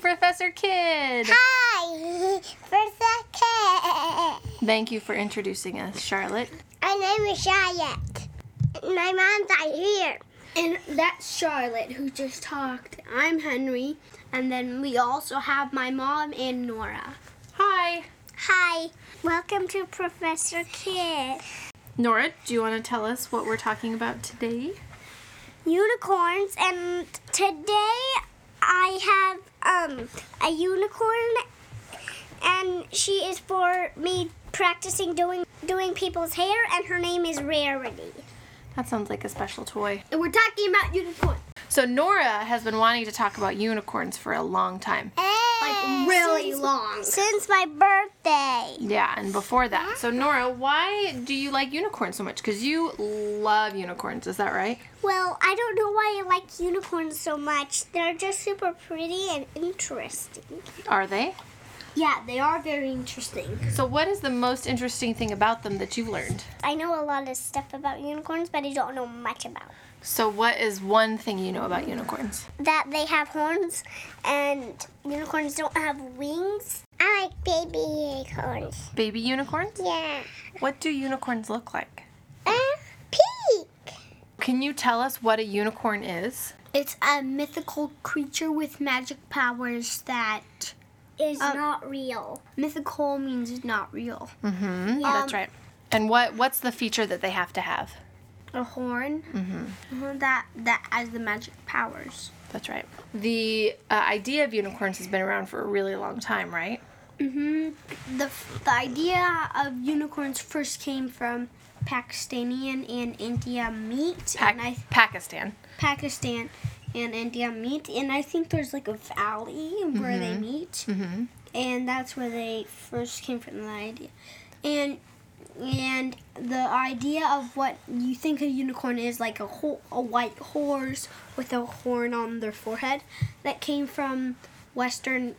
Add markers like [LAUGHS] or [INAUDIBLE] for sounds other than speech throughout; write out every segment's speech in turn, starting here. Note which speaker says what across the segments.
Speaker 1: Professor Kid.
Speaker 2: Hi, [LAUGHS] Professor K.
Speaker 1: Thank you for introducing us, Charlotte.
Speaker 2: My name is Charlotte. My mom's not here.
Speaker 3: And that's Charlotte who just talked. I'm Henry. And then we also have my mom and Nora.
Speaker 1: Hi.
Speaker 2: Hi, welcome to Professor Kid.
Speaker 1: Nora, do you want to tell us what we're talking about today?
Speaker 2: Unicorns, and today I have um a unicorn, and she is for me practicing doing doing people's hair, and her name is Rarity.
Speaker 1: That sounds like a special toy.
Speaker 3: And we're talking about unicorns.
Speaker 1: So, Nora has been wanting to talk about unicorns for a long time.
Speaker 3: Like really long.
Speaker 2: since my birthday.
Speaker 1: Yeah, and before that. So, Nora, why do you like unicorns so much? Because you love unicorns, is that right?
Speaker 2: Well, I don't know why I like unicorns so much. They're just super pretty and interesting.
Speaker 1: Are they?
Speaker 3: Yeah, they are very interesting.
Speaker 1: So, what is the most interesting thing about them that you've learned?
Speaker 2: I know a lot of stuff about unicorns, but I don't know much about
Speaker 1: So, what is one thing you know about unicorns?
Speaker 2: that they have horns and unicorns don't have wings. I like baby unicorns.
Speaker 1: Baby unicorns?
Speaker 2: Yeah.
Speaker 1: What do unicorns look like?
Speaker 2: Uh, peek.
Speaker 1: Can you tell us what a unicorn is?
Speaker 3: It's a mythical creature with magic powers that
Speaker 2: Is not real.
Speaker 3: mythical means it's not real.
Speaker 1: Mm, that's right. And what what's the feature that they have to have?
Speaker 3: A horn mhm, that that has the magic powers.
Speaker 1: That's right. The uh, idea of unicorns has been around for a really long time, right?
Speaker 3: The, the idea of unicorns first came from Pakistani and India meet,
Speaker 1: Pac-
Speaker 3: and I
Speaker 1: Pakistan.
Speaker 3: Pakistan and India meet, and I think there's like a valley where they meet, and that's where they first came from the idea, and and the idea of what you think a unicorn is like a ho- a white horse with a horn on their forehead that came from Western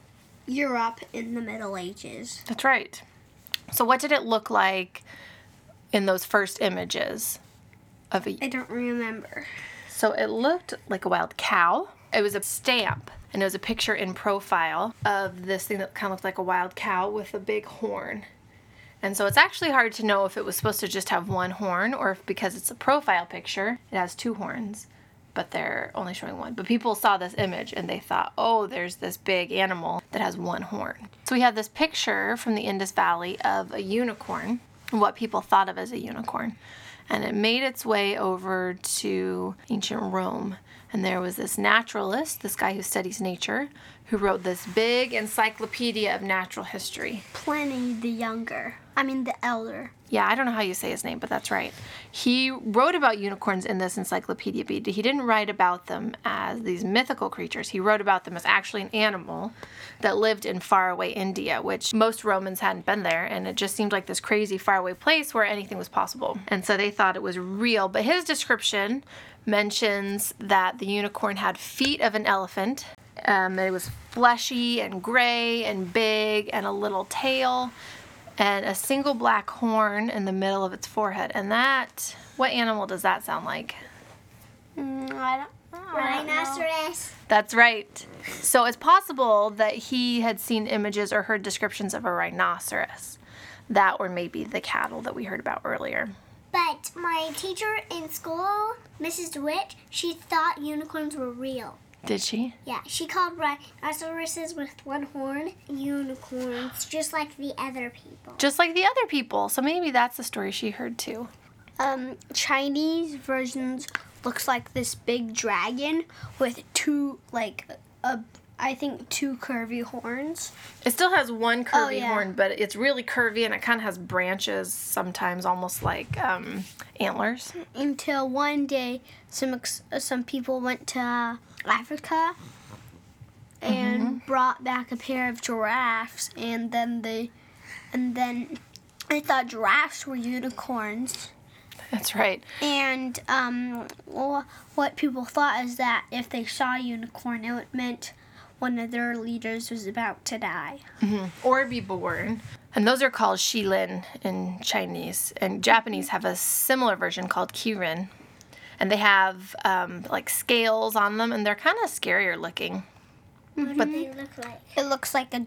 Speaker 3: Europe in the Middle Ages.
Speaker 1: That's right. So what did it look like in those first images of a
Speaker 3: I don't remember.
Speaker 1: So it looked like a wild cow. It was a stamp, and it was a picture in profile of this thing that kind of looked like a wild cow with a big horn. And so it's actually hard to know if it was supposed to just have one horn or if because it's a profile picture, it has two horns, but they're only showing one. But people saw this image and they thought, oh, there's this big animal that has one horn. So we have this picture from the Indus Valley of a unicorn, what people thought of as a unicorn. And it made its way over to ancient Rome. And there was this naturalist, this guy who studies nature, who wrote this big encyclopedia of natural history.
Speaker 3: Pliny the Younger. I mean the Elder.
Speaker 1: Yeah, I don't know how you say his name, but that's right. He wrote about unicorns in this encyclopedia, but he didn't write about them as these mythical creatures. He wrote about them as actually an animal that lived in faraway India, which most Romans hadn't been there, and it just seemed like this crazy faraway place where anything was possible. And so they thought it was real, but his description mentions that the unicorn had feet of an elephant. Um, it was fleshy and gray and big and a little tail and a single black horn in the middle of its forehead. And that, what animal does that sound like?
Speaker 3: I don't.
Speaker 2: Rhinoceros.
Speaker 1: That's right. So it's possible that he had seen images or heard descriptions of a rhinoceros. That or maybe the cattle that we heard about earlier.
Speaker 2: But my teacher in school, Mrs. DeWitt, she thought unicorns were real.
Speaker 1: Did she?
Speaker 2: Yeah, she called rhinoceroses with one horn unicorns, just like the other people.
Speaker 1: Just like the other people. So maybe that's the story she heard too.
Speaker 3: um, Chinese versions looks like this big dragon with two like a, I think two curvy horns.
Speaker 1: It still has one curvy
Speaker 3: yeah.
Speaker 1: horn, but it's really curvy and it kind of has branches sometimes, almost like um, antlers.
Speaker 3: Until one day, some ex- uh, some people went to Africa and brought back a pair of giraffes, and then they and then they thought giraffes were unicorns.
Speaker 1: That's right.
Speaker 3: And um, wh- what people thought is that if they saw a unicorn, it meant one of their leaders was about to die.
Speaker 1: or be born. And those are called shilin in Chinese. And Japanese have a similar version called kirin. And they have um, like scales on them, and they're kind of scarier looking.
Speaker 2: What
Speaker 1: But-
Speaker 2: do they look like?
Speaker 3: It looks like a,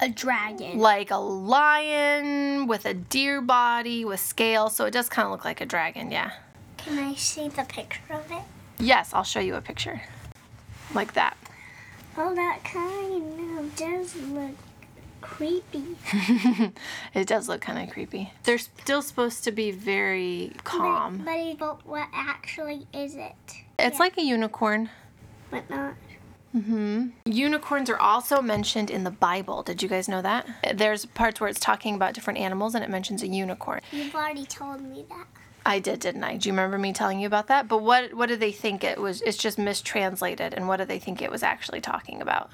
Speaker 3: a dragon.
Speaker 1: Like a lion with a deer body with scales, so it does kind of look like a dragon, yeah.
Speaker 2: Can I see the picture of it?
Speaker 1: Yes, I'll show you a picture. Like that.
Speaker 2: Oh, that kind of does look creepy.
Speaker 1: it does look kind of creepy. They're still supposed to be very calm.
Speaker 2: But, it- but what actually is it?
Speaker 1: It's like a unicorn.
Speaker 2: But not.
Speaker 1: Unicorns are also mentioned in the Bible. Did you guys know that? There's parts where it's talking about different animals and it mentions a unicorn.
Speaker 2: You've already told me that.
Speaker 1: I did, didn't I? Do you remember me telling you about that? But what what do they think it was? It's just mistranslated. And what do they think it was actually talking about?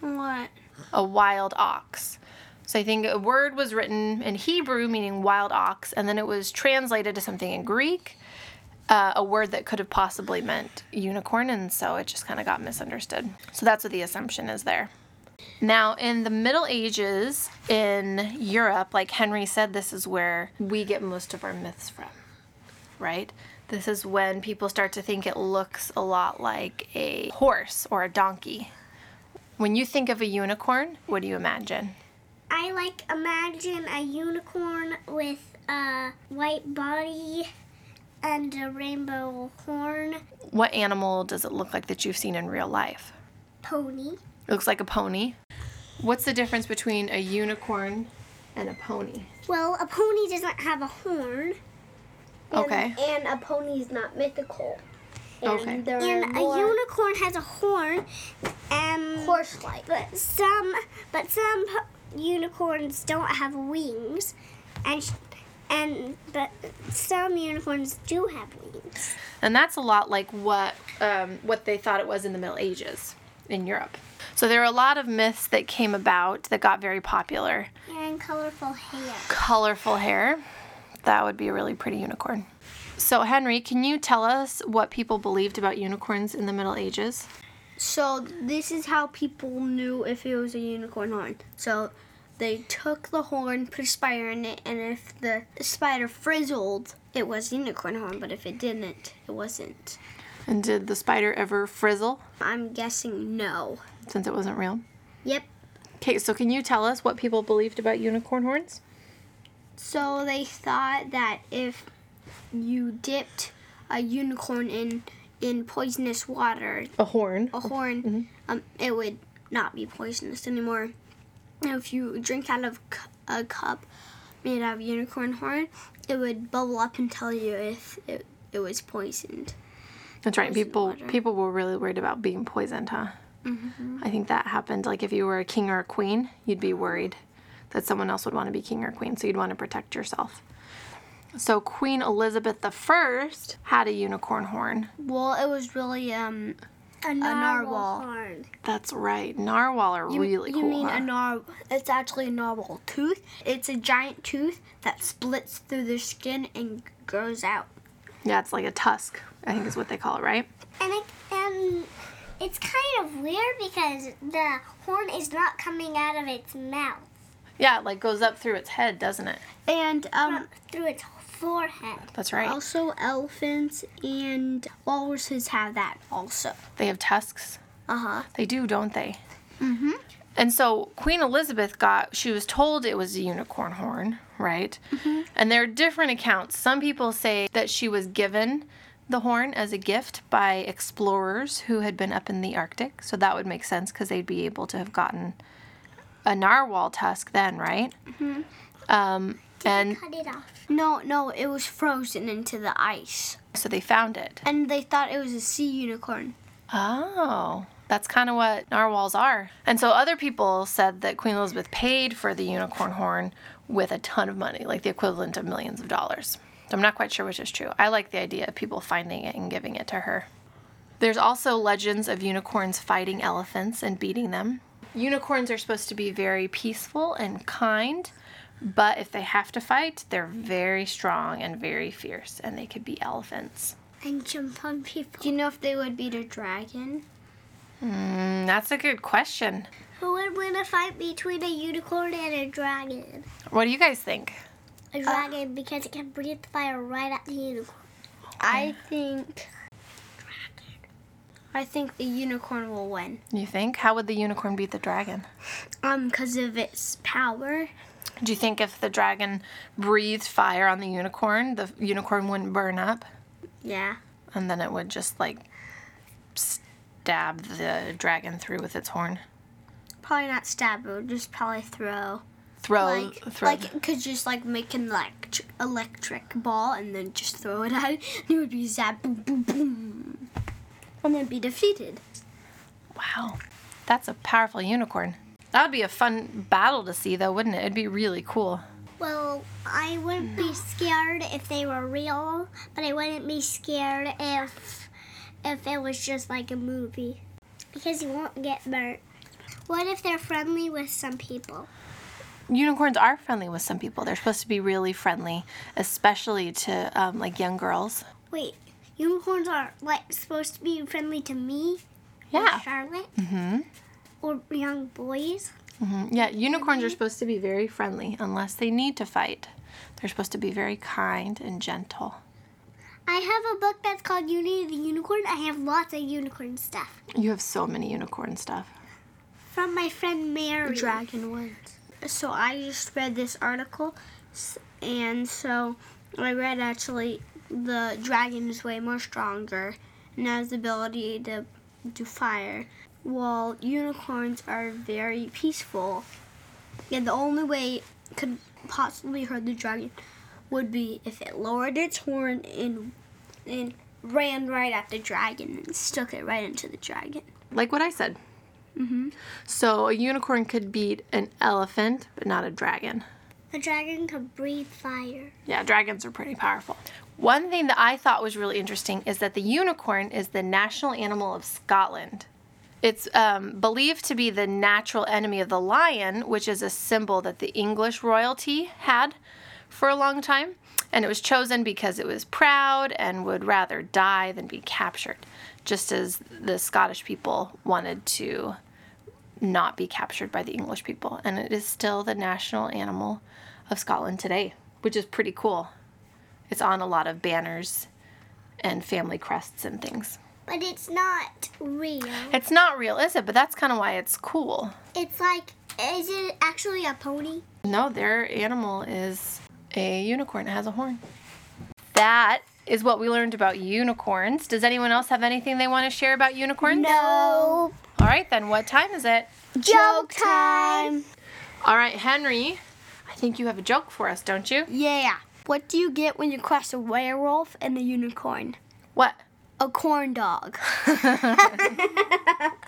Speaker 3: What?
Speaker 1: a wild ox. So I think a word was written in Hebrew meaning wild ox, and then it was translated to something in Greek, uh, a word that could have possibly meant unicorn, and so it just kind of got misunderstood. So that's what the assumption is there. Now, in the Middle Ages in Europe, like Henry said, this is where we get most of our myths from, right? This is when people start to think it looks a lot like a horse or a donkey. When you think of a unicorn, what do you imagine?
Speaker 2: I like imagine a unicorn with a white body and a rainbow horn
Speaker 1: What animal does it look like that you've seen in real life?
Speaker 2: pony.
Speaker 1: It looks like a pony. What's the difference between a unicorn and a pony?
Speaker 2: Well, a pony doesn't have a horn.
Speaker 1: Okay.
Speaker 3: And a pony's not mythical. And
Speaker 1: Okay.
Speaker 3: They're
Speaker 2: And a
Speaker 3: more
Speaker 2: unicorn has a horn. And
Speaker 3: horse-like.
Speaker 2: But some, but some p- unicorns don't have wings, and sh- and but some unicorns do have wings.
Speaker 1: and that's a lot like what um, what they thought it was in the Middle Ages in Europe. So there are a lot of myths that came about that got very popular.
Speaker 2: And colorful hair.
Speaker 1: Colorful hair, that would be a really pretty unicorn. So Henry, can you tell us what people believed about unicorns in the Middle Ages?
Speaker 3: So this is how people knew if it was a unicorn horn. So they took the horn, put a spider in it, and if the spider frizzled, it was unicorn horn. But if it didn't, it wasn't.
Speaker 1: And did the spider ever frizzle
Speaker 3: I'm guessing no.
Speaker 1: since it wasn't real?
Speaker 3: Yep.
Speaker 1: Okay, so can you tell us what people believed about unicorn horns?
Speaker 3: So they thought that if you dipped a unicorn in in poisonous water,
Speaker 1: A horn.
Speaker 3: a horn,
Speaker 1: mm-hmm.
Speaker 3: um, it would not be poisonous anymore. And if you drink out of cu- a cup made out of unicorn horn, it would bubble up and tell you if it, it was poisoned.
Speaker 1: That's right.
Speaker 3: poison
Speaker 1: People
Speaker 3: water. Mm-hmm.
Speaker 1: people were really worried about being poisoned, huh? I think that happened. Like if you were a king or a queen, you'd be worried that someone else would want to be king or queen, so you'd want to protect yourself. So Queen Elizabeth I had a unicorn horn.
Speaker 3: Well, it was really um.
Speaker 2: A
Speaker 3: narwhal.
Speaker 2: horn.
Speaker 1: That's right. Narwhal are really
Speaker 3: you
Speaker 1: cool.
Speaker 3: mean
Speaker 1: huh?
Speaker 3: a narwhal? It's actually a narwhal tooth. It's a giant tooth that splits through the skin and grows out.
Speaker 1: yeah, it's like a tusk. I think is what they call it, right?
Speaker 2: And it, and it's kind of weird because the horn is not coming out of its mouth,
Speaker 1: Yeah, it like goes up through its head, doesn't it?
Speaker 3: And um,
Speaker 2: but through its forehead.
Speaker 1: That's right.
Speaker 3: also elephants and walruses have that also.
Speaker 1: They have tusks.
Speaker 3: Uh huh.
Speaker 1: They do, don't they? Uh-huh. Mm-hmm. And so Queen Elizabeth got, she was told it was a unicorn horn, right? And there are different accounts. Some people say that she was given the horn as a gift by explorers who had been up in the Arctic. So that would make sense because they'd be able to have gotten a narwhal tusk then, right? Mm-hmm. Um, and
Speaker 2: Cut it off.
Speaker 3: No, no, it was frozen into the ice.
Speaker 1: so they found it.
Speaker 3: And they thought it was a sea unicorn.
Speaker 1: Oh, that's kind of what narwhals are. And so other people said that Queen Elizabeth paid for the unicorn horn with a ton of money, like the equivalent of millions of dollars. So I'm not quite sure which is true. I like the idea of people finding it and giving it to her. There's also legends of unicorns fighting elephants and beating them. Unicorns are supposed to be very peaceful and kind, but if they have to fight, they're very strong and very fierce, and they could be elephants.
Speaker 2: And jump on people.
Speaker 3: Do you know if they would beat a dragon?
Speaker 1: Mm, that's a good question.
Speaker 2: Who would win a fight between a unicorn and a dragon?
Speaker 1: What do you guys think?
Speaker 2: A dragon because it can breathe fire right at the unicorn.
Speaker 3: I think I think the unicorn will win.
Speaker 1: You think? How would the unicorn beat the dragon?
Speaker 3: Um, because of its power.
Speaker 1: Do you think if the dragon breathed fire on the unicorn, the unicorn wouldn't burn up?
Speaker 3: Yeah.
Speaker 1: And then it would just like stab the dragon through with its horn.
Speaker 3: Probably not stab. It would just probably throw.
Speaker 1: Throw,
Speaker 3: like,
Speaker 1: Oh, throw.
Speaker 3: like it could just like make an electric electric ball and then just throw it [LAUGHS] out, and it would be zap, boom, boom, boom, and then be defeated.
Speaker 1: wow, that's a powerful unicorn. That would be a fun battle to see, though, wouldn't it? It'd be really cool.
Speaker 2: Well, I wouldn't be scared if they were real, but I wouldn't be scared if if it was just like a movie. Because you won't get burnt. What if they're friendly with some people?
Speaker 1: Unicorns are friendly with some people. They're supposed to be really friendly, especially to um, like young girls.
Speaker 2: Wait, unicorns are like supposed to be friendly to me
Speaker 1: Yeah.
Speaker 2: or Charlotte? Mm-hmm. Or young boys?
Speaker 1: Yeah, unicorns are supposed to be very friendly unless they need to fight. They're supposed to be very kind and gentle.
Speaker 2: I have a book that's called Unity the Unicorn. I have lots of unicorn stuff
Speaker 1: You have so many unicorn stuff.
Speaker 2: from my friend Mary.
Speaker 3: dragon wins. So I just read this article, s- and so I read actually the dragon is way more stronger and has the ability to do fire, while unicorns are very peaceful. And the only way it could possibly hurt the dragon would be if it lowered its horn and and ran right at the dragon and stuck it right into the dragon.
Speaker 1: Like what I said. Mm-hmm. So a unicorn could beat an elephant, but not a dragon.
Speaker 2: A dragon could breathe fire.
Speaker 1: Yeah, dragons are pretty powerful. One thing that I thought was really interesting is that the unicorn is the national animal of Scotland. It's um, believed to be the natural enemy of the lion, which is a symbol that the English royalty had for a long time. And it was chosen because it was proud and would rather die than be captured, just as the Scottish people wanted to not be captured by the English people. And it is still the national animal of Scotland today, which is pretty cool. It's on a lot of banners and family crests and things.
Speaker 2: But it's not real.
Speaker 1: It's not real, is it? But that's kind of why it's cool.
Speaker 2: It's like, is it actually a pony?
Speaker 1: No, their animal is a unicorn. It has a horn. That is what we learned about unicorns. Does anyone else have anything they want to share about unicorns?
Speaker 2: No.
Speaker 1: All right, then, what time is it?
Speaker 2: Joke time.
Speaker 1: All right, Henry, I think you have a joke for us, don't you?
Speaker 3: Yeah. What do you get when you cross a werewolf and a unicorn?
Speaker 1: What?
Speaker 3: A corn dog. [LAUGHS]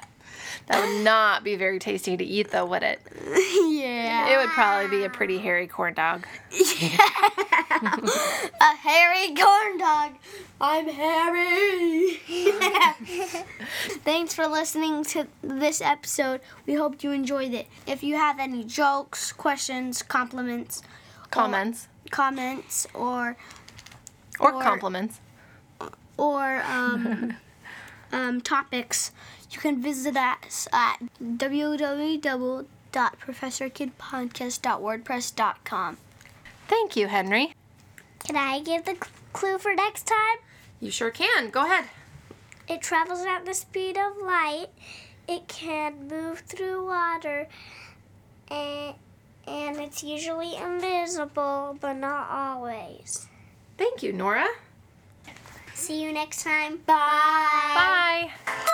Speaker 1: That would not be very tasty to eat, though, would it?
Speaker 3: yeah.
Speaker 1: It would probably be a pretty hairy corn dog.
Speaker 3: A hairy corn dog. I'm hairy. [LAUGHS] Thanks for listening to this episode. We hope you enjoyed it. If you have any jokes, questions, compliments,
Speaker 1: Comments
Speaker 3: comments, or
Speaker 1: or,
Speaker 3: Or-
Speaker 1: compliments.
Speaker 3: or um, um, topics, you can visit us at www.professorkidpodcast.wordpress.com.
Speaker 1: Thank you, Henry.
Speaker 2: Can I give the cl- clue for next time?
Speaker 1: You sure can. Go ahead.
Speaker 2: It travels at the speed of light. It can move through water. And, and it's usually invisible, but not always.
Speaker 1: Thank you, Nora.
Speaker 2: See you next time.
Speaker 1: Bye.